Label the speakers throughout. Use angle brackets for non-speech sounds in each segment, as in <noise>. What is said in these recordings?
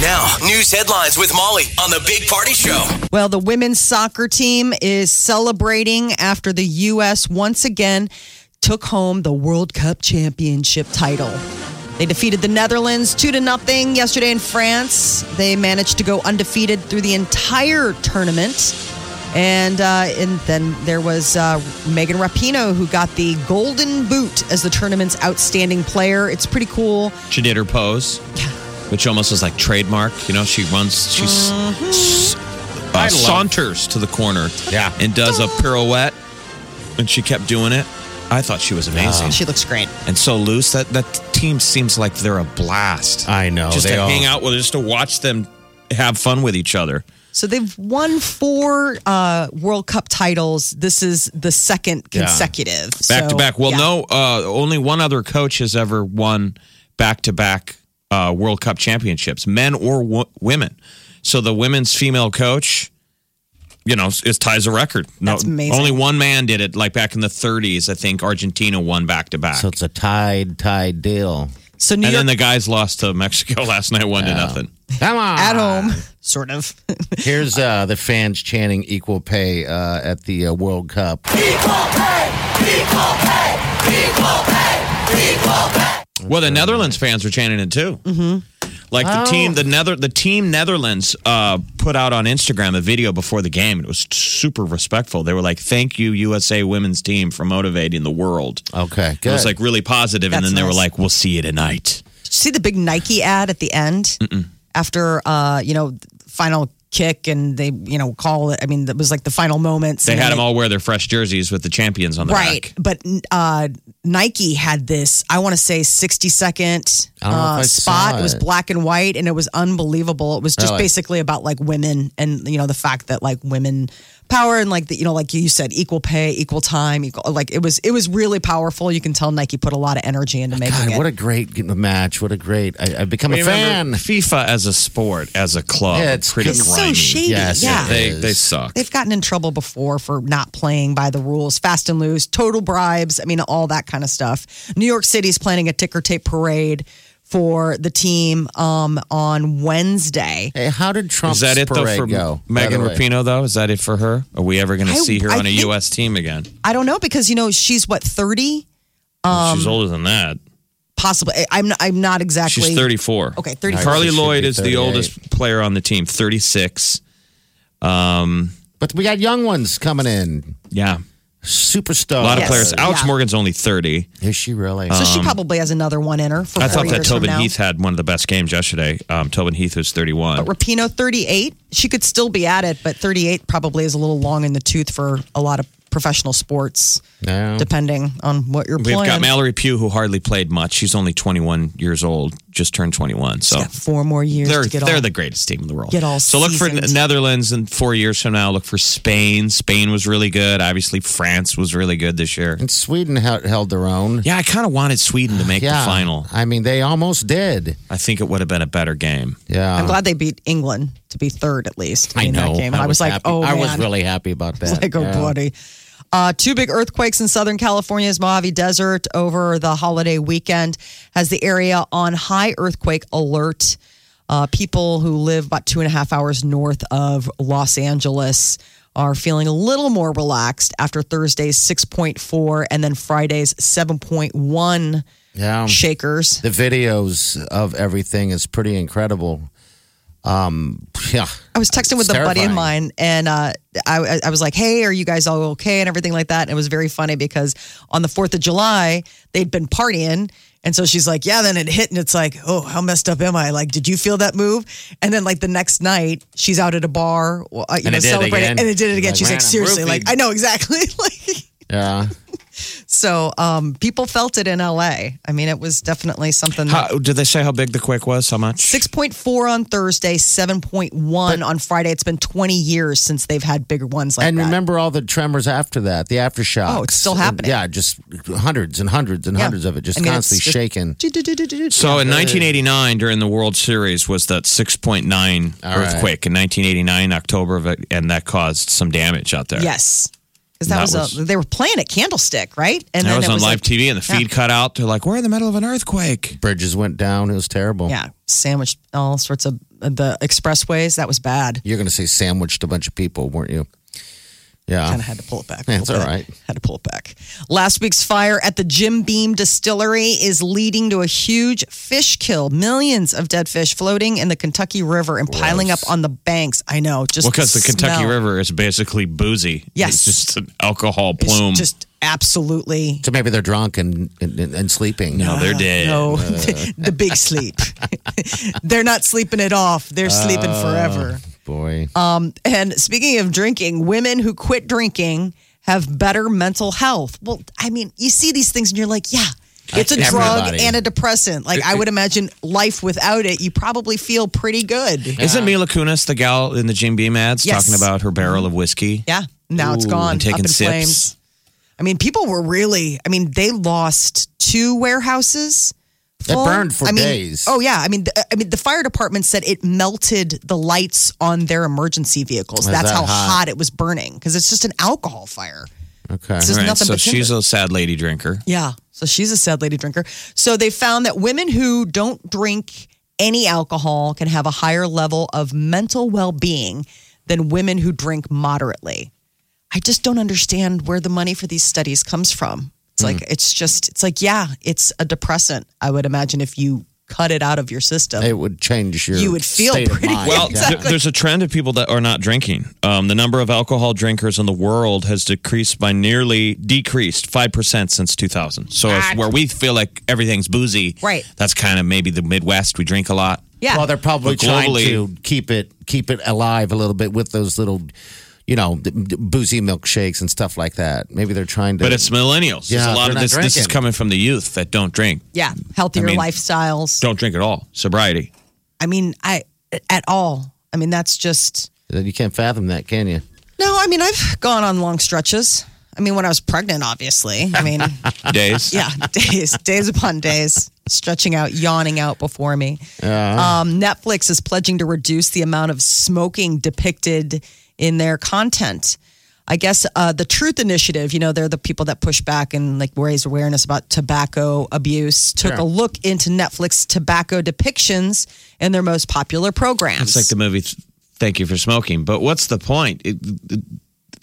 Speaker 1: Now, news headlines with Molly on the Big Party Show.
Speaker 2: Well, the women's soccer team is celebrating after the U.S. once again took home the World Cup championship title. They defeated the Netherlands 2 to nothing yesterday in France. They managed to go undefeated through the entire tournament. And, uh, and then there was uh, Megan Rapinoe who got the Golden Boot as the tournament's outstanding player. It's pretty cool.
Speaker 3: She did her pose, which almost was like trademark. You know, she runs, she s- s- uh,
Speaker 4: Mm-hmm. I love-
Speaker 3: saunters to the corner
Speaker 4: Yeah.
Speaker 3: and does a pirouette. And she kept doing it. I thought she was amazing.
Speaker 2: She looks great.
Speaker 3: and so loose. That, that team seems like they're a blast.
Speaker 4: I know,
Speaker 3: Just
Speaker 4: they
Speaker 3: to
Speaker 4: all-
Speaker 3: hang out with, just to watch them have fun with each other.
Speaker 2: So they've won four uh, World Cup titles. This is the second
Speaker 4: Yeah.
Speaker 2: consecutive.
Speaker 3: back to
Speaker 2: So,
Speaker 3: back. Well,
Speaker 2: yeah.
Speaker 3: no, uh, only one other coach has ever won back to back World Cup championships, men or wo- women. So the women's female coach, you know, is ties a record. No,
Speaker 2: That's amazing.
Speaker 3: Only one man did it, like back in the 30s. I think Argentina won back to back.
Speaker 4: So it's a tied, tied deal.
Speaker 2: So New
Speaker 3: And
Speaker 2: York Oh.
Speaker 3: then the guys lost to Mexico <laughs> last night, one to nothing.
Speaker 4: Come on.
Speaker 2: at
Speaker 3: Ah.
Speaker 2: home, sort of. <laughs>
Speaker 4: Here's uh, the fans chanting equal pay uh, at the uh, World Cup.
Speaker 3: Well, the Netherlands fans are chanting it too. Mm-hmm. Like the team, the Nether, the team Netherlands uh, put out on Instagram a video before the game. It was super respectful. They were like, "Thank you, USA Women's Team, for motivating the world."
Speaker 4: Okay,
Speaker 3: It
Speaker 4: good.
Speaker 3: was like really positive, and
Speaker 2: That's
Speaker 3: then they were
Speaker 2: nice.
Speaker 3: like, "We'll see you tonight."
Speaker 2: See the big Nike ad at the end after uh, you know final kick and they you know call it. I mean, that was like the final moments.
Speaker 3: They
Speaker 2: And
Speaker 3: had
Speaker 2: then
Speaker 3: them all wear their fresh jerseys with the champions on the
Speaker 2: right,
Speaker 3: back.
Speaker 2: but uh, Nike had this. I want to say sixty second
Speaker 4: I don't know
Speaker 2: uh,
Speaker 4: if I
Speaker 2: spot.
Speaker 4: saw
Speaker 2: It was
Speaker 4: it.
Speaker 2: black and white, and it was unbelievable. It was just
Speaker 4: Really?
Speaker 2: basically about like women and you know the fact that like women power and like the, you know like you said equal pay equal time equal like it was it was really powerful you can tell nike put a lot of energy into making
Speaker 4: God,
Speaker 2: it
Speaker 4: what a great match. What a great. I, I've become a fan.
Speaker 3: Remember, FIFA as a sport, as a club,
Speaker 4: Yeah, it's
Speaker 3: pretty
Speaker 2: It's so
Speaker 3: grimy.
Speaker 2: shady.
Speaker 4: Yes,
Speaker 2: yeah.
Speaker 4: it
Speaker 3: They
Speaker 4: is.
Speaker 3: they suck.
Speaker 2: They've gotten in trouble before for not playing by the rules, fast and loose, total bribes. I mean, all that kind of stuff. New York City's planning a ticker tape parade for the team um, on Wednesday.
Speaker 4: Hey, how did Trump's
Speaker 3: Is that it though
Speaker 4: parade
Speaker 3: for
Speaker 4: go? by
Speaker 3: Megan
Speaker 4: the way?
Speaker 3: Rapinoe? Though is that it for her? Are we ever going to
Speaker 2: I-
Speaker 3: see her
Speaker 2: I
Speaker 3: on a
Speaker 2: think-
Speaker 3: U.S. team again?
Speaker 2: I don't know because you know she's what thirty,
Speaker 3: She's
Speaker 2: Um,
Speaker 3: older than that.
Speaker 2: possibly. I- I'm I'm not exactly.
Speaker 3: She's 34.
Speaker 2: Okay, 34.
Speaker 3: Carly
Speaker 4: She should
Speaker 3: Lloyd
Speaker 4: be
Speaker 3: is the
Speaker 4: 38.
Speaker 3: oldest player on the team, 36.
Speaker 4: But we got young ones coming in.
Speaker 3: Yeah.
Speaker 4: Superstars.
Speaker 3: A lot of
Speaker 2: Yes.
Speaker 3: players. Uh, Alex
Speaker 2: Yeah.
Speaker 3: Morgan's only 30.
Speaker 4: Is she really?
Speaker 2: So she probably has another one in her. For
Speaker 3: I
Speaker 2: four
Speaker 3: thought um, that
Speaker 2: Oh, years from
Speaker 3: Tobin
Speaker 2: now.
Speaker 3: Heath had one of the best games yesterday. Um, Tobin Heath was 31.
Speaker 2: Rapino 38. She could still be at it, but 38 probably is a little long in the tooth for a lot of professional sports,
Speaker 4: no.
Speaker 2: depending on what you're
Speaker 3: Hmm. We've
Speaker 2: playing.
Speaker 3: got Mallory Pugh, who hardly played much. She's only 21 years old, just turned 21. So
Speaker 2: got four more years
Speaker 3: they're
Speaker 2: to get
Speaker 3: they're
Speaker 2: all.
Speaker 3: the greatest team in the world.
Speaker 2: get all
Speaker 3: so look for
Speaker 2: seasoned.
Speaker 3: Netherlands in four years from now. Look for Spain. Spain was really good. Obviously, France was really good this year.
Speaker 4: And Sweden held, held their own.
Speaker 3: Yeah, I kind of wanted Sweden to make the final.
Speaker 4: I mean, they almost did.
Speaker 3: I think it would have been a better game.
Speaker 4: Yeah.
Speaker 2: I'm glad they beat England to be third at least
Speaker 4: Uh-huh. I
Speaker 2: in
Speaker 4: know.
Speaker 2: that game. And I, was, like,
Speaker 4: happy.
Speaker 2: oh,
Speaker 4: I was
Speaker 2: man. <laughs>
Speaker 4: really happy about that.
Speaker 2: like, oh,
Speaker 4: Yeah.
Speaker 2: buddy. Uh, two big earthquakes in Southern California's Mojave Desert over the holiday weekend has the area on high earthquake alert. Uh, people who live about two and a half hours north of Los Angeles are feeling a little more relaxed after Thursday's 6.4 and then Friday's 7.1
Speaker 4: Yeah.
Speaker 2: shakers.
Speaker 4: The videos of everything is pretty incredible. Um, yeah.
Speaker 2: I was texting with
Speaker 4: It's
Speaker 2: a buddy of mine,
Speaker 4: terrifying.
Speaker 2: and uh, I, I was like, "Hey, are you guys all okay?" and everything like that. And it was very funny because on the Fourth of July, they'd been partying, and so she's like, "Yeah." Then it hit, and it's like, "Oh, how messed up am I? Like, did you feel that move?" And then like the next night, she's out at a bar, uh, you
Speaker 4: And
Speaker 2: know,
Speaker 4: it did it
Speaker 2: celebrating,
Speaker 4: again.
Speaker 2: and it did it again.
Speaker 4: Like,
Speaker 2: she's <laughs>
Speaker 4: man,
Speaker 2: like,
Speaker 4: I'm
Speaker 2: "Seriously, like
Speaker 4: roofied."
Speaker 2: I know exactly." <laughs> like,
Speaker 4: Yeah.
Speaker 2: So um, people felt it in LA. I mean, it was definitely something. That,
Speaker 3: How, did they say how big the quake was? How much?
Speaker 2: 6.4 on Thursday, 7.1 on Friday. It's been 20 years since they've had bigger ones like
Speaker 4: and
Speaker 2: that.
Speaker 4: remember all the tremors after that, the aftershocks.
Speaker 2: Oh, it's still
Speaker 4: And,
Speaker 2: happening.
Speaker 4: yeah, just hundreds and hundreds and
Speaker 2: Yeah.
Speaker 4: hundreds of it, just
Speaker 2: I mean, it's
Speaker 4: constantly
Speaker 2: just-
Speaker 4: shaking.
Speaker 3: So in 1989, during the World Series, was that 6.9
Speaker 4: All right.
Speaker 3: earthquake in 1989 October, of it, and that caused some damage out there.
Speaker 2: Yes. Because that,
Speaker 3: That
Speaker 2: was, a,
Speaker 3: was-
Speaker 2: they were playing at Candlestick, right? And
Speaker 3: and that was
Speaker 2: it
Speaker 3: on
Speaker 2: like-
Speaker 3: live TV, and the
Speaker 2: yeah.
Speaker 3: feed cut out. They're like, "We're in the middle of an earthquake."
Speaker 4: Bridges went down. It was terrible.
Speaker 2: Yeah, sandwiched all sorts of the expressways. That was bad.
Speaker 4: You're going to say sandwiched a bunch of people, weren't you? Yeah.
Speaker 3: Oh.
Speaker 2: Kind of had to pull it back.
Speaker 4: That's
Speaker 2: a little
Speaker 4: all
Speaker 2: bit.
Speaker 4: right.
Speaker 2: Had to pull it back. Last week's fire at the Jim Beam Distillery is leading to a huge fish kill. Millions of dead fish floating in the Kentucky River and piling up on the banks. I know. Just
Speaker 3: Well, because the Kentucky
Speaker 2: smell
Speaker 3: River is basically boozy.
Speaker 2: Yes.
Speaker 3: it's just an alcohol
Speaker 2: is
Speaker 3: plume.
Speaker 2: Just absolutely uh,
Speaker 4: So maybe they're drunk and and, and sleeping.
Speaker 3: no, Oh, they're dead. Uh.
Speaker 2: No, <laughs> the big
Speaker 3: <laughs>
Speaker 2: sleep. They're not sleeping it off. They're sleeping
Speaker 3: Uh.
Speaker 2: forever.
Speaker 4: Oh, Boy.
Speaker 2: Um, And speaking of drinking, women who quit drinking have better mental health. Well, I mean, you see these things and you're like, yeah, it's a drug
Speaker 4: Everybody.
Speaker 2: and a depressant. Like, I would imagine life without it, you probably feel pretty good.
Speaker 3: Isn't Mila Kunis the gal in the Jim Beam ads
Speaker 2: Yes.
Speaker 3: talking about her barrel of whiskey?
Speaker 2: Yeah. Now it's
Speaker 3: Ooh,
Speaker 2: gone.
Speaker 3: and taking
Speaker 2: up in
Speaker 3: sips.
Speaker 2: flames. I mean, people were really, I mean, they lost two warehouses.
Speaker 4: That
Speaker 2: full.
Speaker 4: burned for
Speaker 2: I mean,
Speaker 4: days.
Speaker 2: Oh yeah, I mean, the, I mean, the fire department said it melted the lights on their emergency vehicles.
Speaker 4: Was
Speaker 2: That's
Speaker 4: that
Speaker 2: how
Speaker 4: hot?
Speaker 2: hot it was burning because it's just an alcohol fire.
Speaker 4: okay.
Speaker 2: It's just
Speaker 3: Right,
Speaker 2: nothing
Speaker 3: so
Speaker 2: but tinder.
Speaker 3: she's a sad lady drinker.
Speaker 2: Yeah. So she's a sad lady drinker. So they found that women who don't drink any alcohol can have a higher level of mental well being than women who drink moderately. I just don't understand where the money for these studies comes from. It's
Speaker 3: Hmm.
Speaker 2: like, it's just, it's like, yeah, it's a depressant. I would imagine if you cut it out of your system.
Speaker 4: It would change your.
Speaker 2: You would feel
Speaker 4: state of
Speaker 2: pretty-
Speaker 4: mind.
Speaker 3: Well,
Speaker 4: Yeah.
Speaker 3: th- there's a trend of people that are not drinking. Um, the number of alcohol drinkers in the world has decreased by nearly decreased five percent since 2000. So if, where we feel like everything's boozy,
Speaker 2: Right.
Speaker 3: That's kind of maybe the Midwest. We drink a lot.
Speaker 2: yeah.
Speaker 4: Well, they're probably
Speaker 3: But
Speaker 4: trying
Speaker 3: globally-
Speaker 4: to keep it keep it alive a little bit with those little, you know, d- d- boozy milkshakes and stuff like that. Maybe they're trying to.
Speaker 3: But it's millennials. There's
Speaker 4: Yeah,
Speaker 3: a lot of
Speaker 4: they're not
Speaker 3: this. This is
Speaker 4: drinking.
Speaker 3: coming from the youth that don't drink.
Speaker 2: yeah. Healthier
Speaker 3: I mean-
Speaker 2: lifestyles.
Speaker 3: Don't drink at all. Sobriety.
Speaker 2: I mean, I, at all. I mean, that's just,
Speaker 4: you can't fathom that, can you? <laughs>
Speaker 2: No, I mean I've gone on long stretches. I mean when I was pregnant, obviously. I mean,
Speaker 3: <laughs> Days.
Speaker 2: <laughs> yeah, days, days upon days, stretching out, yawning out before me.
Speaker 3: Uh-huh.
Speaker 2: Um, Netflix is pledging to reduce the amount of smoking depicted in their content. I guess uh, the Truth Initiative, you know, they're the people that push back and like raise awareness about tobacco abuse. Took a look into Netflix tobacco depictions in their most popular programs.
Speaker 3: It's like the movie th- Thank You for Smoking. But what's the point? It, it-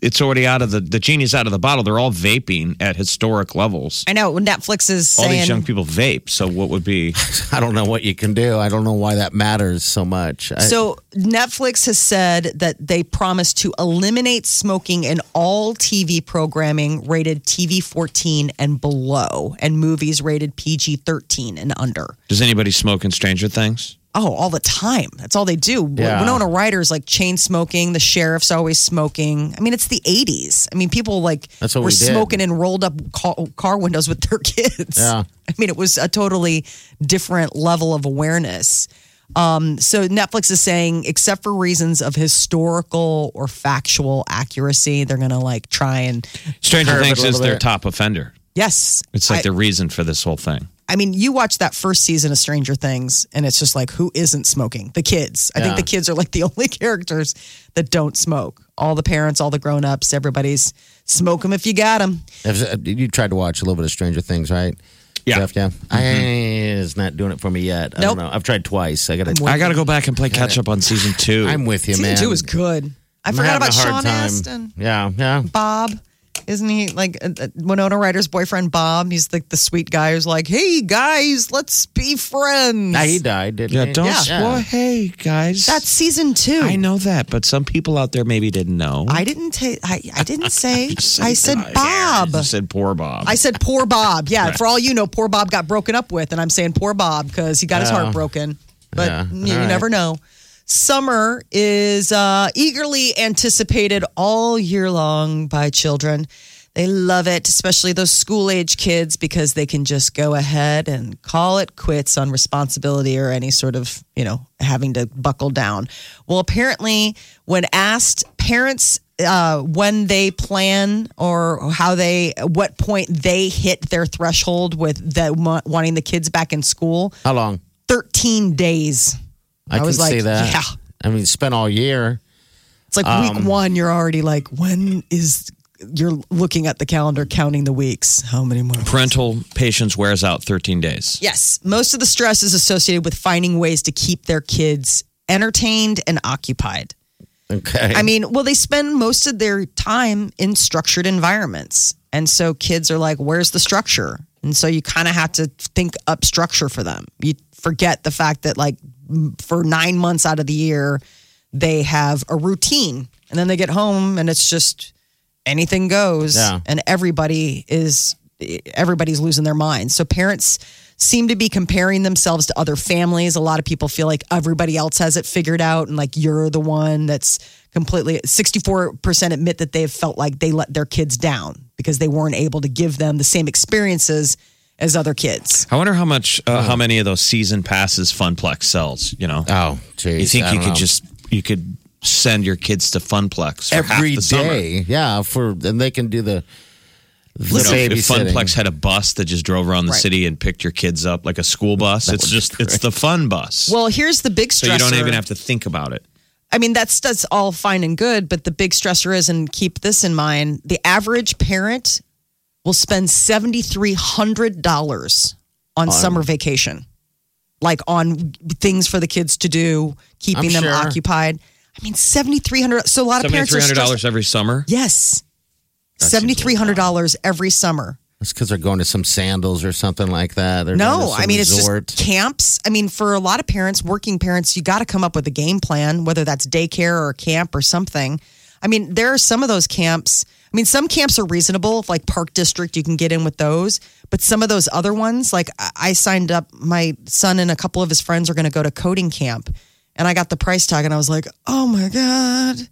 Speaker 3: it's already out of the the genie's out of the bottle. They're all vaping at historic levels.
Speaker 2: I know Netflix is
Speaker 3: all
Speaker 2: saying
Speaker 3: these young people vape. So what would be?
Speaker 4: I don't know what you can do. I don't know why that matters so much. I-
Speaker 2: So Netflix has said that they promise to eliminate smoking in all TV programming rated TV 14 and below and movies rated PG 13 and under.
Speaker 3: Does anybody smoke in Stranger Things?
Speaker 2: Oh, all the time. That's all they do.
Speaker 4: Yeah.
Speaker 2: Winona Ryder's like chain smoking. The sheriff's always smoking. I mean, it's the 80s. I mean, people like
Speaker 4: That's what
Speaker 2: were
Speaker 4: we did.
Speaker 2: smoking in rolled up car, car windows with their <laughs> kids.
Speaker 4: Yeah.
Speaker 2: I mean, it was a totally different level of awareness. Um, so Netflix is saying, except for reasons of historical or factual accuracy, they're going to like try and,
Speaker 3: Stranger
Speaker 4: Curve it a
Speaker 3: Things is
Speaker 4: little
Speaker 3: their
Speaker 4: bit.
Speaker 3: top offender.
Speaker 2: yes.
Speaker 3: It's like
Speaker 2: I,
Speaker 3: the reason for this whole thing.
Speaker 2: I mean, you watch that first season of Stranger Things, and it's just like, who isn't smoking? The kids. I think
Speaker 4: Yeah.
Speaker 2: the kids are like the <laughs> only characters that don't smoke. All the parents, all the grown ups, everybody's smoke them if you got them.
Speaker 4: If- uh, you tried to watch a little bit of Stranger Things, right?
Speaker 3: Yeah. Mm-hmm.
Speaker 4: Jeff, yeah. I it's not doing it for me yet. I
Speaker 2: Nope.
Speaker 4: don't know. I've tried twice. I got to.
Speaker 3: I got to go back and play catch up on season two.
Speaker 4: I'm with you,
Speaker 2: Season
Speaker 4: man.
Speaker 2: two is good. I
Speaker 4: I'm
Speaker 2: forgot
Speaker 4: having a
Speaker 2: about Sean
Speaker 4: hard time.
Speaker 2: Astin.
Speaker 4: Yeah, yeah.
Speaker 2: Bob. Isn't he like uh, uh, Winona Ryder's boyfriend, Bob? He's like the sweet guy who's like, hey guys, let's be friends.
Speaker 4: Now he died, didn't
Speaker 3: yeah,
Speaker 4: he?
Speaker 3: don't.
Speaker 2: Yeah.
Speaker 3: Well, hey guys,
Speaker 2: That's season two.
Speaker 3: I know that, but some people out there maybe didn't know.
Speaker 2: I didn't take. I, I
Speaker 4: <laughs>
Speaker 2: didn't say.
Speaker 3: Some
Speaker 2: I said
Speaker 3: guy.
Speaker 2: Bob.
Speaker 3: You said poor Bob.
Speaker 2: I said poor Bob. Yeah, for all you know, poor Bob got broken up with, and I'm saying poor Bob because he got his heart broken. But
Speaker 4: Yeah,
Speaker 2: you,
Speaker 4: all
Speaker 2: you
Speaker 4: right.
Speaker 2: never know. Summer is uh, eagerly anticipated all year long by children. They love it, especially those school age kids, because they can just go ahead and call it quits on responsibility or any sort of, you know, having to buckle down. Well, apparently, when asked, parents uh, when they plan or how they, what point they hit their threshold with the, wanting the kids back in school,
Speaker 4: How long?
Speaker 2: 13 days.
Speaker 4: I,
Speaker 2: I
Speaker 4: can
Speaker 2: was like,
Speaker 4: see that.
Speaker 2: yeah.
Speaker 4: I mean, spent all year.
Speaker 2: It's like week one, you're already like, when is you're looking at the calendar, counting the weeks? How many more?
Speaker 3: Parental patience wears out 13 days.
Speaker 2: Yes, most of the stress is associated with finding ways to keep their kids entertained and occupied.
Speaker 4: Okay.
Speaker 2: I mean, well, they spend most of their time in structured environments. And so kids are like, where's the structure? And so you kind of have to think up structure for them. You forget the fact that, like, m- for nine months out of the year, they have a routine. And then they get home and it's just anything goes.
Speaker 4: Yeah.
Speaker 2: And everybody is, everybody's losing their minds. So parents seem to be comparing themselves to other families. A lot of people feel like everybody else has it figured out and like you're the one that's completely 64% admit that they've felt like they let their kids down because they weren't able to give them the same experiences as other kids.
Speaker 3: I wonder how much, uh, how many of those season passes Funplex sells. You know,
Speaker 4: oh, geez.
Speaker 3: you think
Speaker 4: I
Speaker 3: you
Speaker 4: don't
Speaker 3: could
Speaker 4: know.
Speaker 3: just you could send your kids to Funplex for half
Speaker 4: every
Speaker 3: the summer.
Speaker 4: day? Yeah, for and they can do the the
Speaker 3: You know, if
Speaker 4: babysitting.
Speaker 3: Funplex had a bus that just drove around the
Speaker 2: Right.
Speaker 3: city and picked your kids up like a school bus, it's just it's the fun bus.
Speaker 2: Well, here's the big stressor.
Speaker 3: so you don't even have to think about it.
Speaker 2: I mean, that's that's all fine and good, but the big stressor is, and keep this in mind: the average parent will spend seventy three hundred dollars on summer vacation, like on things for the kids to do, keeping
Speaker 4: I'm
Speaker 2: them
Speaker 4: sure.
Speaker 2: occupied. I mean, seventy three hundred. So a lot of
Speaker 3: Seventy
Speaker 2: parents
Speaker 3: three
Speaker 2: are
Speaker 3: hundred
Speaker 2: stressed.
Speaker 3: dollars
Speaker 2: <laughs>
Speaker 3: every summer.
Speaker 2: Yes, seventy three hundred dollars every summer.
Speaker 4: It's because they're going to some sandals or something like that. They're going
Speaker 2: No,
Speaker 4: to some
Speaker 2: I mean
Speaker 4: resort.
Speaker 2: it's just camps. I mean, for a lot of parents, working parents, you got to come up with a game plan, whether that's daycare or camp or something. I mean, there are some of those camps. I mean, some camps are reasonable, like Park District, you can get in with those. But some of those other ones, like I I signed up, my son and a couple of his friends are going to go to coding camp, and I got the price tag, and I was like, oh my god.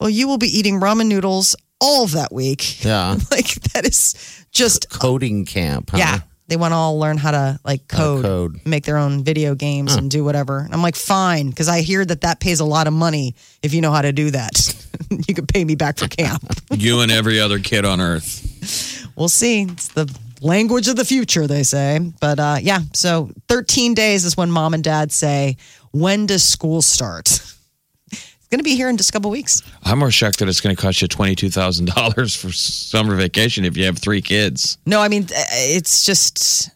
Speaker 2: Well, you will be eating ramen noodles all of that week.
Speaker 4: Yeah.
Speaker 2: <laughs> like that is just
Speaker 4: coding camp. Huh?
Speaker 2: yeah. They want to all learn Uh-huh. how to like code,
Speaker 4: code.
Speaker 2: make their own video games and do whatever. And I'm like, fine, because I hear that that pays a lot of money if you know how to do that. <laughs> you could pay me back for <laughs> camp.
Speaker 3: You and every other kid on earth.
Speaker 2: we'll see. It's the language of the future, they say. But uh, yeah, so 13 days is when mom and dad say, when does school start? <laughs> It's going to be here in just a couple weeks.
Speaker 3: I'm more shocked that it's going to cost you twenty two thousand dollars for summer vacation if you have three kids.
Speaker 2: No, I mean th- it's just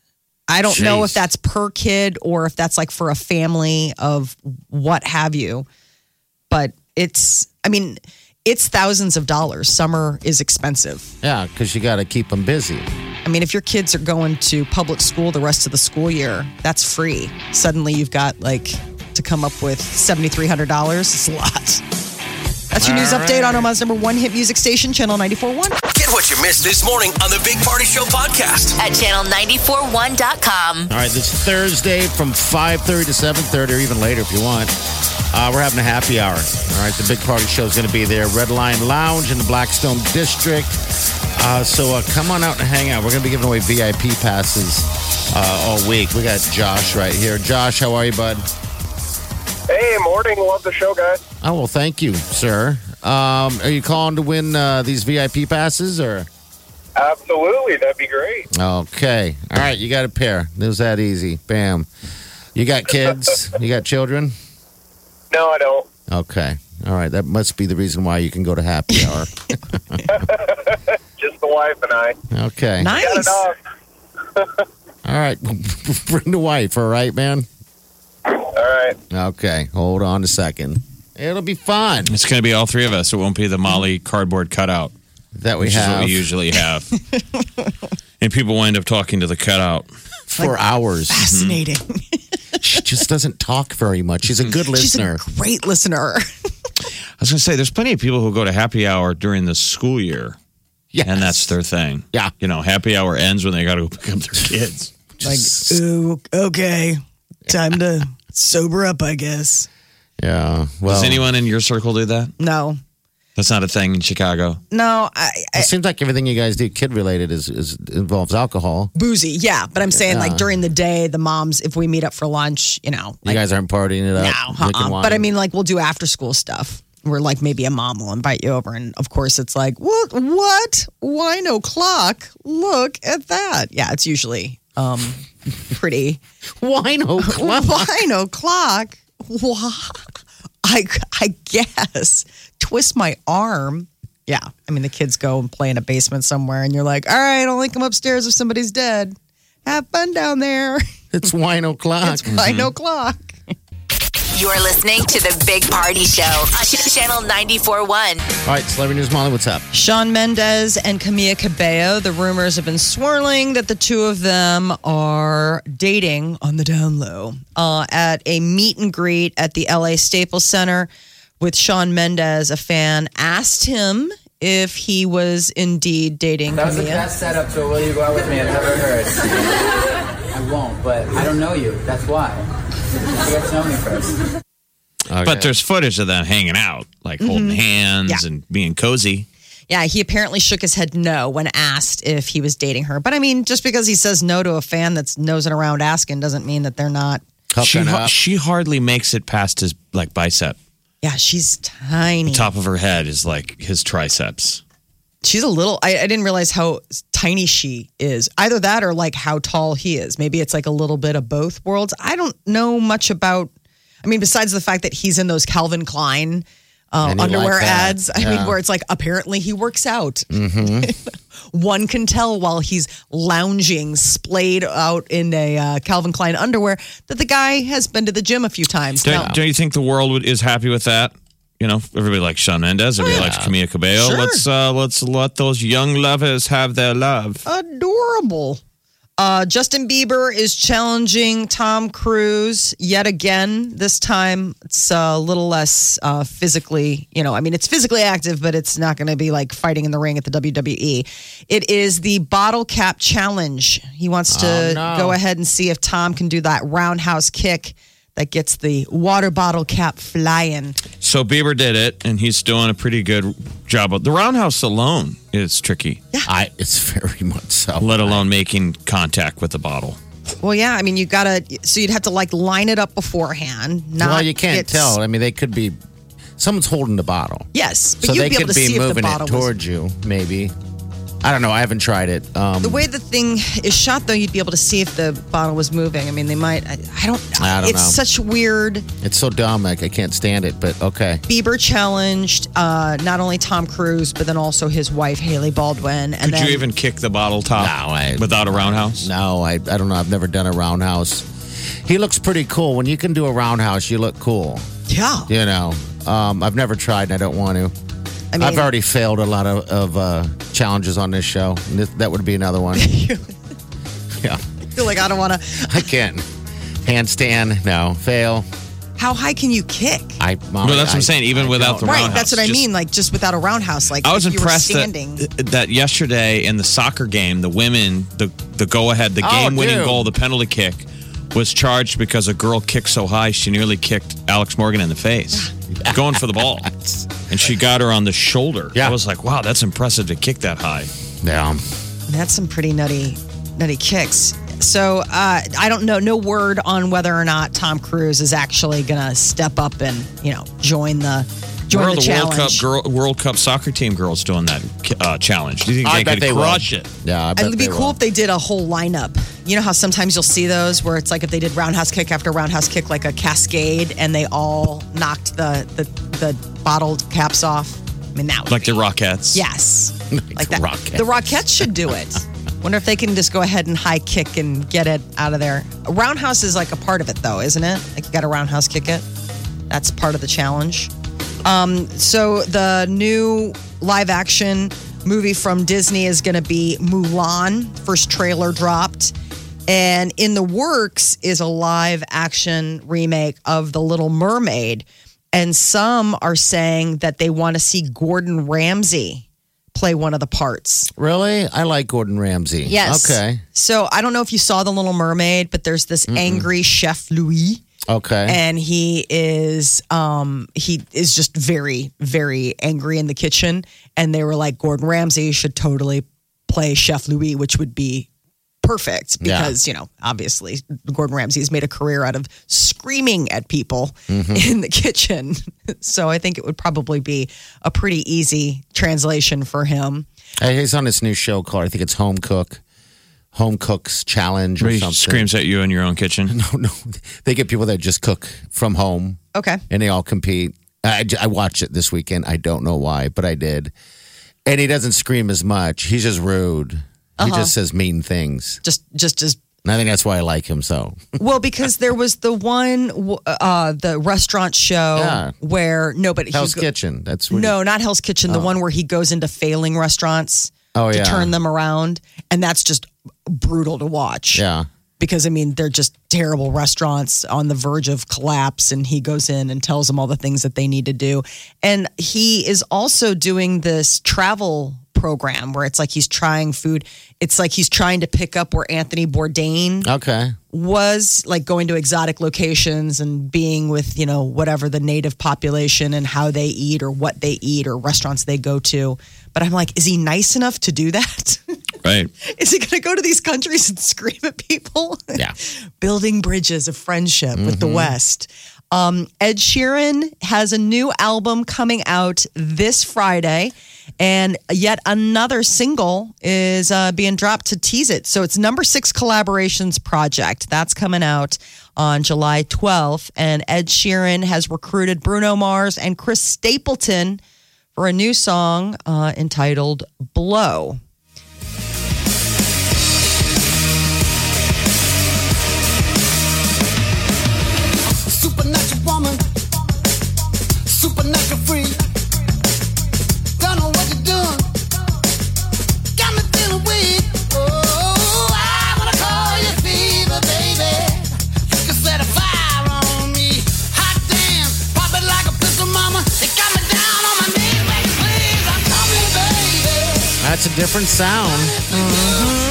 Speaker 2: I don't know if
Speaker 4: Jeez.
Speaker 2: that's per kid or if that's like for a family of what have you. But it's I mean it's thousands of dollars. Summer is expensive.
Speaker 4: Yeah, because you got to keep them busy.
Speaker 2: I mean, if your kids are going to public school the rest of the school year, that's free. Suddenly you've got like to come up with $7,300. It's a lot. That's your news update on Omaha's number one hit music station, Channel 94.1.
Speaker 1: Get what you missed this morning on the Big Party Show podcast.
Speaker 5: at channel941.com.
Speaker 4: All right, this Thursday from 5.30 to 7.30 or even later if you want. Uh, we're having a happy hour. All right, the big party show is going to be there. Red Lion Lounge in the Blackstone District. Uh, so uh, come on out and hang out. We're going to be giving away VIP passes uh, all week. We got Josh right here. Josh, how are you, bud?
Speaker 6: Hey, morning. Love the show, guys.
Speaker 4: Oh, well, thank you, sir. Um, are you calling to win uh, these VIP passes or?
Speaker 6: Absolutely. That'd be great.
Speaker 4: Okay. All right, you got a pair. It was that easy. Bam. You got kids? you got children?
Speaker 6: No, I don't.
Speaker 4: Okay. All right. That must be the reason why you can go to happy
Speaker 2: <laughs>
Speaker 4: hour.
Speaker 6: Just the wife and I. uh,
Speaker 4: okay.
Speaker 6: Got
Speaker 2: Nice.
Speaker 6: enough.
Speaker 4: All right. <laughs> Bring the wife. All right, man.
Speaker 6: All right.
Speaker 4: Okay. Hold on a second. It'll be fun
Speaker 3: It's going to be all three of us. It won't be the Molly cardboard cutout,
Speaker 4: that we
Speaker 3: which is
Speaker 4: have
Speaker 3: what we usually have. and people wind up talking to the cutout.
Speaker 4: for hours.
Speaker 2: Fascinating. <laughs>
Speaker 4: She just doesn't talk very much. She's a good
Speaker 2: She's a
Speaker 4: listener.
Speaker 2: great listener.
Speaker 3: I was going to say, there's plenty of people who go to happy hour during the school year.
Speaker 4: Yes.
Speaker 3: And that's their thing.
Speaker 4: Yeah.
Speaker 3: You know, happy hour ends when they got to go pick up their kids.
Speaker 2: like, ooh, okay, time to sober up, I guess.
Speaker 4: yeah. Well,
Speaker 3: Does anyone in your circle do that?
Speaker 2: No,
Speaker 3: That's not a thing in Chicago.
Speaker 2: No, I, I
Speaker 4: It seems like everything you guys do kid related is, is involves alcohol.
Speaker 2: boozy. Yeah, but I'm saying like during the day, the moms, if we meet up for lunch, you know,
Speaker 4: You guys aren't partying it up.
Speaker 2: no,
Speaker 4: drinking
Speaker 2: uh-uh.
Speaker 4: wine.
Speaker 2: but I mean like we'll do after school stuff. Where like maybe a mom will invite you over, and of course it's like what what wine o'clock? Look at that. Yeah, it's usually um pretty <laughs>
Speaker 4: wine o'clock.
Speaker 2: wine o'clock. Wha- I I guess twist my arm. Yeah, I mean the kids go and play in a basement somewhere, and you're like, all right, only come upstairs if somebody's dead. Have fun down there. <laughs>
Speaker 4: It's wine o'clock.
Speaker 2: It's wine o'clock.
Speaker 5: You're listening to the Big Party Show on Ch- Channel 941.
Speaker 4: All right, celebrity news, Molly. What's up?
Speaker 2: Sean Mendez and Camilla Cabello. The rumors have been swirling that the two of them are dating on the down low uh, at a meet and greet at the LA Staples Center with Sean Mendez. A fan asked him if he was indeed dating
Speaker 7: That was the
Speaker 2: Camilla.
Speaker 7: best setup to a will you go out with me I've ever
Speaker 8: <laughs>
Speaker 7: heard. I won't, but I don't know you. That's why. You have to know me first.
Speaker 3: But there's footage of them hanging out, like holding hands
Speaker 2: Yeah.
Speaker 3: and being cozy.
Speaker 2: Yeah, he apparently shook his head no when asked if he was dating her. But I mean, just because he says no to a fan that's nosing around asking doesn't mean that they're not.
Speaker 3: She,
Speaker 4: Hooking
Speaker 3: har-
Speaker 4: up.
Speaker 3: she hardly makes it past his like bicep.
Speaker 2: Yeah, she's tiny.
Speaker 3: Top of her head is like his triceps.
Speaker 2: She's a little. I, I didn't realize how tiny she is. Either that, or like how tall he is. Maybe it's like a little bit of both worlds. I don't know much about. I mean, besides the fact that he's in those Calvin Klein uh,
Speaker 4: And he
Speaker 2: underwear
Speaker 4: liked that. Mm-hmm.
Speaker 2: ads. I mean, where it's like apparently he works out. <laughs> One can tell while he's lounging, splayed out in a uh, Calvin Klein underwear, that the guy has been to the gym a few times.
Speaker 3: Don't,
Speaker 2: Now-
Speaker 3: don't you think the world would, is happy with that? You know, everybody likes Sean Mendes. Everybody likes Camila Cabello.
Speaker 2: Sure.
Speaker 3: Let's uh, let's let those young lovers have their love.
Speaker 2: adorable. Uh, Justin Bieber is challenging Tom Cruise yet again. This time, it's a little less uh, physically, you know. I mean, it's physically active, but it's not going to be like fighting in the ring at the WWE. It is the bottle cap challenge. He wants to
Speaker 4: Oh,
Speaker 2: go ahead and see if Tom can do that roundhouse kick that gets the water bottle cap flying.
Speaker 3: So Bieber did it, and he's doing a pretty good job. of- The roundhouse alone is tricky,
Speaker 4: I, it's <laughs> very much so.
Speaker 3: let alone making contact with the bottle.
Speaker 2: Well, yeah, I mean, you gotta. So you'd have to like line it up beforehand. Not
Speaker 4: well, you can't
Speaker 2: get
Speaker 4: tell. I mean, they could be. Someone's holding the bottle.
Speaker 2: Yes, but
Speaker 4: so
Speaker 2: you'd
Speaker 4: they
Speaker 2: be able
Speaker 4: could
Speaker 2: to
Speaker 4: be
Speaker 2: see if the
Speaker 4: moving
Speaker 2: bottle
Speaker 4: it
Speaker 2: was.
Speaker 4: toward you, maybe. I don't know. I haven't tried it. Um,
Speaker 2: The way the thing is shot, though, you'd be able to see if the bottle was moving. I mean, they might. I, I don't.
Speaker 4: I don't
Speaker 2: it's
Speaker 4: know.
Speaker 2: such weird.
Speaker 4: it's so dumb. Like, I can't stand it, but okay.
Speaker 2: Bieber challenged uh, not only Tom Cruise, but then also his wife Haley Baldwin. And
Speaker 3: Could
Speaker 2: then,
Speaker 3: you even kick the bottle top
Speaker 4: No, I-
Speaker 3: without a roundhouse?
Speaker 4: No, I, I don't know. I've never done a roundhouse. He looks pretty cool. When you can do a roundhouse, you look cool.
Speaker 2: Yeah,
Speaker 4: You know, um, I've never tried and I don't want to.
Speaker 2: I mean,
Speaker 4: I've already failed a lot of, of uh, challenges on this show. And this- that would be
Speaker 2: <laughs>
Speaker 4: another one. yeah,
Speaker 2: I feel like I don't want to.
Speaker 4: I can't. Handstand, no. Fail.
Speaker 2: How high can you kick?
Speaker 4: I,
Speaker 3: No, that's what I'm saying. Even without the
Speaker 2: Right,
Speaker 3: roundhouse,
Speaker 2: that's what I
Speaker 3: just-
Speaker 2: mean. Like just without a roundhouse, like
Speaker 3: I was
Speaker 2: if you were
Speaker 3: impressed that,
Speaker 2: standing.
Speaker 3: that yesterday in the soccer game, the women, the the go ahead, the
Speaker 4: Oh,
Speaker 3: game winning
Speaker 4: dude.
Speaker 3: goal, the penalty kick, was charged because a girl kicked so high she nearly kicked Alex Morgan in the face, going for the ball, and she got her on the shoulder.
Speaker 4: Yeah.
Speaker 3: I was like, wow, that's impressive to kick that high.
Speaker 4: Yeah.
Speaker 2: That's some pretty nutty, nutty kicks. So uh, I don't know, no word on whether or not Tom Cruise is actually going to step up and you know join the join
Speaker 3: Where
Speaker 2: the,
Speaker 3: are the World
Speaker 2: challenge.
Speaker 3: Cup girl, World Cup soccer team girls doing that uh, challenge? Do you think
Speaker 4: I
Speaker 3: they
Speaker 4: bet
Speaker 3: could
Speaker 4: they will.
Speaker 3: crush it?
Speaker 4: Yeah, I bet
Speaker 2: It'd be
Speaker 4: they
Speaker 2: cool
Speaker 4: will.
Speaker 2: if they did a whole lineup. You know how sometimes you'll see those where it's like if they did roundhouse kick after roundhouse kick, like a cascade, and they all knocked the the, the bottled caps off. I mean that would
Speaker 3: Like
Speaker 2: be,
Speaker 3: the Rockettes?
Speaker 2: yes, like that.
Speaker 4: Rockettes.
Speaker 2: The Rockettes should do <laughs> it. Wonder if they can just go ahead and high kick and get it out of there. A roundhouse is like a part of it, though, isn't it? Like you got to roundhouse kick it. That's part of the challenge. Um, so the new live action movie from Disney is going to be Mulan. First trailer dropped. And in the works is a live action remake of The Little Mermaid. And some are saying that they want to see Gordon Ramsay play one of the parts.
Speaker 4: Really? I like Gordon Ramsay.
Speaker 2: Yes.
Speaker 4: Okay.
Speaker 2: So I don't know if you saw The Little Mermaid, but there's this angry Chef Louis
Speaker 4: Okay.
Speaker 2: and he is um he is just very very angry in the kitchen and they were like gordon ramsay should totally play chef louis which would be perfect
Speaker 4: Yeah.
Speaker 2: because you know obviously gordon ramsay has made a career out of screaming at people <laughs>
Speaker 4: Mm-hmm.
Speaker 2: in the kitchen so i think it would probably be a pretty easy translation for him
Speaker 4: Hey, he's on this new show called I think it's Home Cook, Home Cooks Challenge or
Speaker 3: He
Speaker 4: something. <laughs>
Speaker 3: screams at you in your own <laughs> kitchen.
Speaker 4: No, no, they get people that just cook from home
Speaker 2: okay
Speaker 4: and they all compete. I, I watched it this weekend. I don't know why, but I did. And he doesn't scream as much. He's just rude. He
Speaker 2: Uh-huh.
Speaker 4: just says mean things.
Speaker 2: just just as
Speaker 4: And I think that's why I like him so.
Speaker 2: Well, because there was the one, w- uh, the restaurant show
Speaker 4: Yeah.
Speaker 2: where nobody. he
Speaker 4: Hell's
Speaker 2: was go-
Speaker 4: Kitchen. That's what
Speaker 2: No, not Hell's Kitchen. The one where he goes into failing restaurants
Speaker 4: Oh,
Speaker 2: to
Speaker 4: yeah.
Speaker 2: turn them around, and that's just brutal to watch.
Speaker 4: Yeah.
Speaker 2: Because I mean, they're just terrible restaurants on the verge of collapse, and he goes in and tells them all the things that they need to do. And he is also doing this travel program where it's like he's trying food. It's like he's trying to pick up where Anthony Bourdain
Speaker 4: Okay.
Speaker 2: was like going to exotic locations and being with you know whatever the native population and how they eat or what they eat or restaurants they go to but i'm like is he nice enough to do that <laughs>
Speaker 3: Right.
Speaker 2: is he going to go to these countries and scream at people
Speaker 4: Yeah.
Speaker 2: <laughs> building bridges of friendship with the west um, ed sheeran has a new album coming out this friday and yet another single is uh, being dropped to tease it so it's number six collaborations project that's coming out on july 12th and ed sheeran has recruited bruno mars and chris stapleton for a new song uh, entitled blow
Speaker 8: Supernatural woman, supernatural free. Don't know what you're doing. Got me feeling weak. Oh, I wanna call you fever, baby. You can set a fire on me. Hot damn, pop it like a pistol, mama. It got me down on my knees, baby. Please, I'm coming, baby.
Speaker 4: That's a different sound.
Speaker 8: Mm-hmm.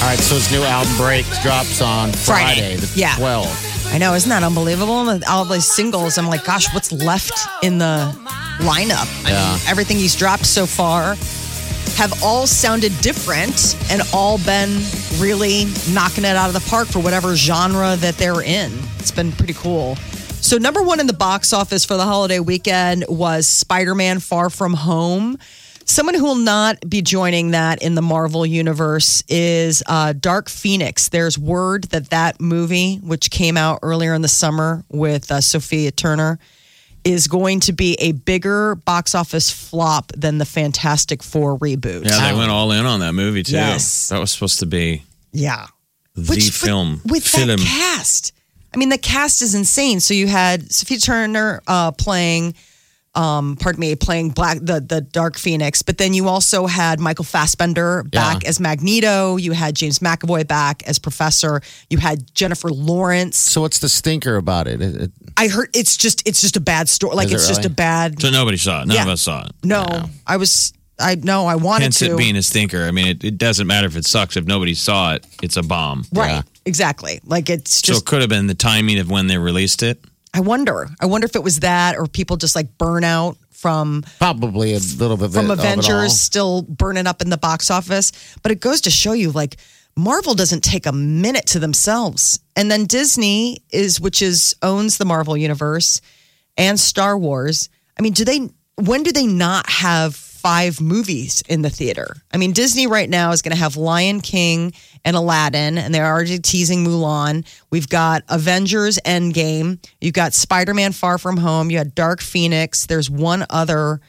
Speaker 4: All right, so his new album break drops on Friday,
Speaker 2: Friday.
Speaker 4: the
Speaker 2: Yeah.
Speaker 4: 12th.
Speaker 2: I know, isn't that unbelievable? With All these singles, I'm like, gosh, what's left in the lineup? I
Speaker 4: Yeah.
Speaker 2: mean, everything he's dropped so far have all sounded different and all been really knocking it out of the park for whatever genre that they're in. It's been pretty cool. So, number one in the box office for the holiday weekend was Spider Man Far From Home. Someone who will not be joining that in the Marvel universe is uh, Dark Phoenix. There's word that that movie, which came out earlier in the summer with uh, Sophia Turner, is going to be a bigger box office flop than the Fantastic Four reboot.
Speaker 3: Yeah, they went all in on that movie too.
Speaker 2: Yes.
Speaker 3: That was supposed to be
Speaker 2: Yeah.
Speaker 3: the
Speaker 2: Which- but
Speaker 3: film.
Speaker 2: with
Speaker 3: film.
Speaker 2: that cast. I mean, the cast is insane. So you had Sophia Turner uh, playing, um, pardon me, playing Black the the Dark Phoenix, but then you also had Michael Fassbender back
Speaker 4: Yeah.
Speaker 2: as Magneto. You had James McAvoy back as Professor. You had Jennifer Lawrence.
Speaker 4: So what's the stinker about it? It- it-
Speaker 2: I heard it's just it's just a bad story. Like
Speaker 4: Is it
Speaker 2: it's just a
Speaker 4: really?
Speaker 2: bad.
Speaker 3: so nobody saw it. None of
Speaker 2: Yeah.
Speaker 3: us saw it.
Speaker 2: No, I was I no, I wanted
Speaker 3: Hence
Speaker 2: to.
Speaker 3: it being a stinker. I mean, it, it doesn't matter if it sucks. If nobody saw it, it's a bomb.
Speaker 2: Right, exactly. Like it's
Speaker 3: So
Speaker 2: just
Speaker 3: it could have been the timing of when they released it.
Speaker 2: I wonder. I wonder if it was that or people just like burn out from
Speaker 4: probably a little bit
Speaker 2: from
Speaker 4: of it all.
Speaker 2: Avengers still burning up in the box office. But it goes to show you like Marvel doesn't take a minute to themselves. And then Disney is which is owns the Marvel universe and Star Wars. I mean, do they when do they not have five movies in the theater? I mean, Disney right now is going to have Lion King and Aladdin and they're already teasing Mulan. We've got Avengers Endgame, you've got Spider-Man Far From Home, you had Dark Phoenix, there's one other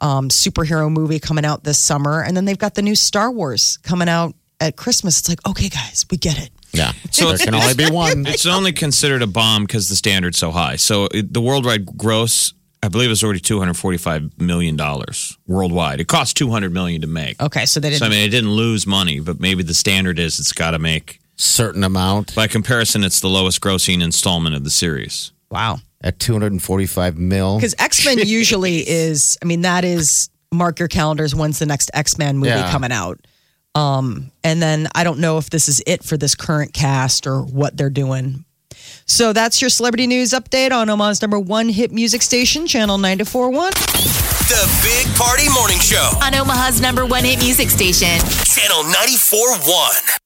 Speaker 2: um, superhero movie coming out this summer, and then they've got the new Star Wars coming out at Christmas. It's like, okay, guys, we get it.
Speaker 4: Yeah.
Speaker 3: So
Speaker 4: So there
Speaker 3: it's-
Speaker 4: can only be one.
Speaker 3: It's only considered a bomb because the standard's so high. So it, the worldwide gross, I believe, is already two hundred forty-five million dollars worldwide. It cost two hundred million to make.
Speaker 2: Okay, so they didn't.
Speaker 3: So I mean, it didn't lose money, but maybe the standard is it's got to make.
Speaker 4: Certain amount
Speaker 3: By comparison, it's the lowest grossing installment of the series.
Speaker 2: wow,
Speaker 4: at 245 mil.
Speaker 2: because X <laughs> Men usually is. I mean, that is mark your calendars. When's the next X Men movie
Speaker 4: Yeah.
Speaker 2: coming out? Um, and then I don't know if this is it for this current cast or what they're doing. So that's your celebrity news update on Oman's number one hit music station, Channel 941.
Speaker 1: The Big Party Morning Show.
Speaker 5: On Omaha's number one hit music station.
Speaker 1: Channel 94.1.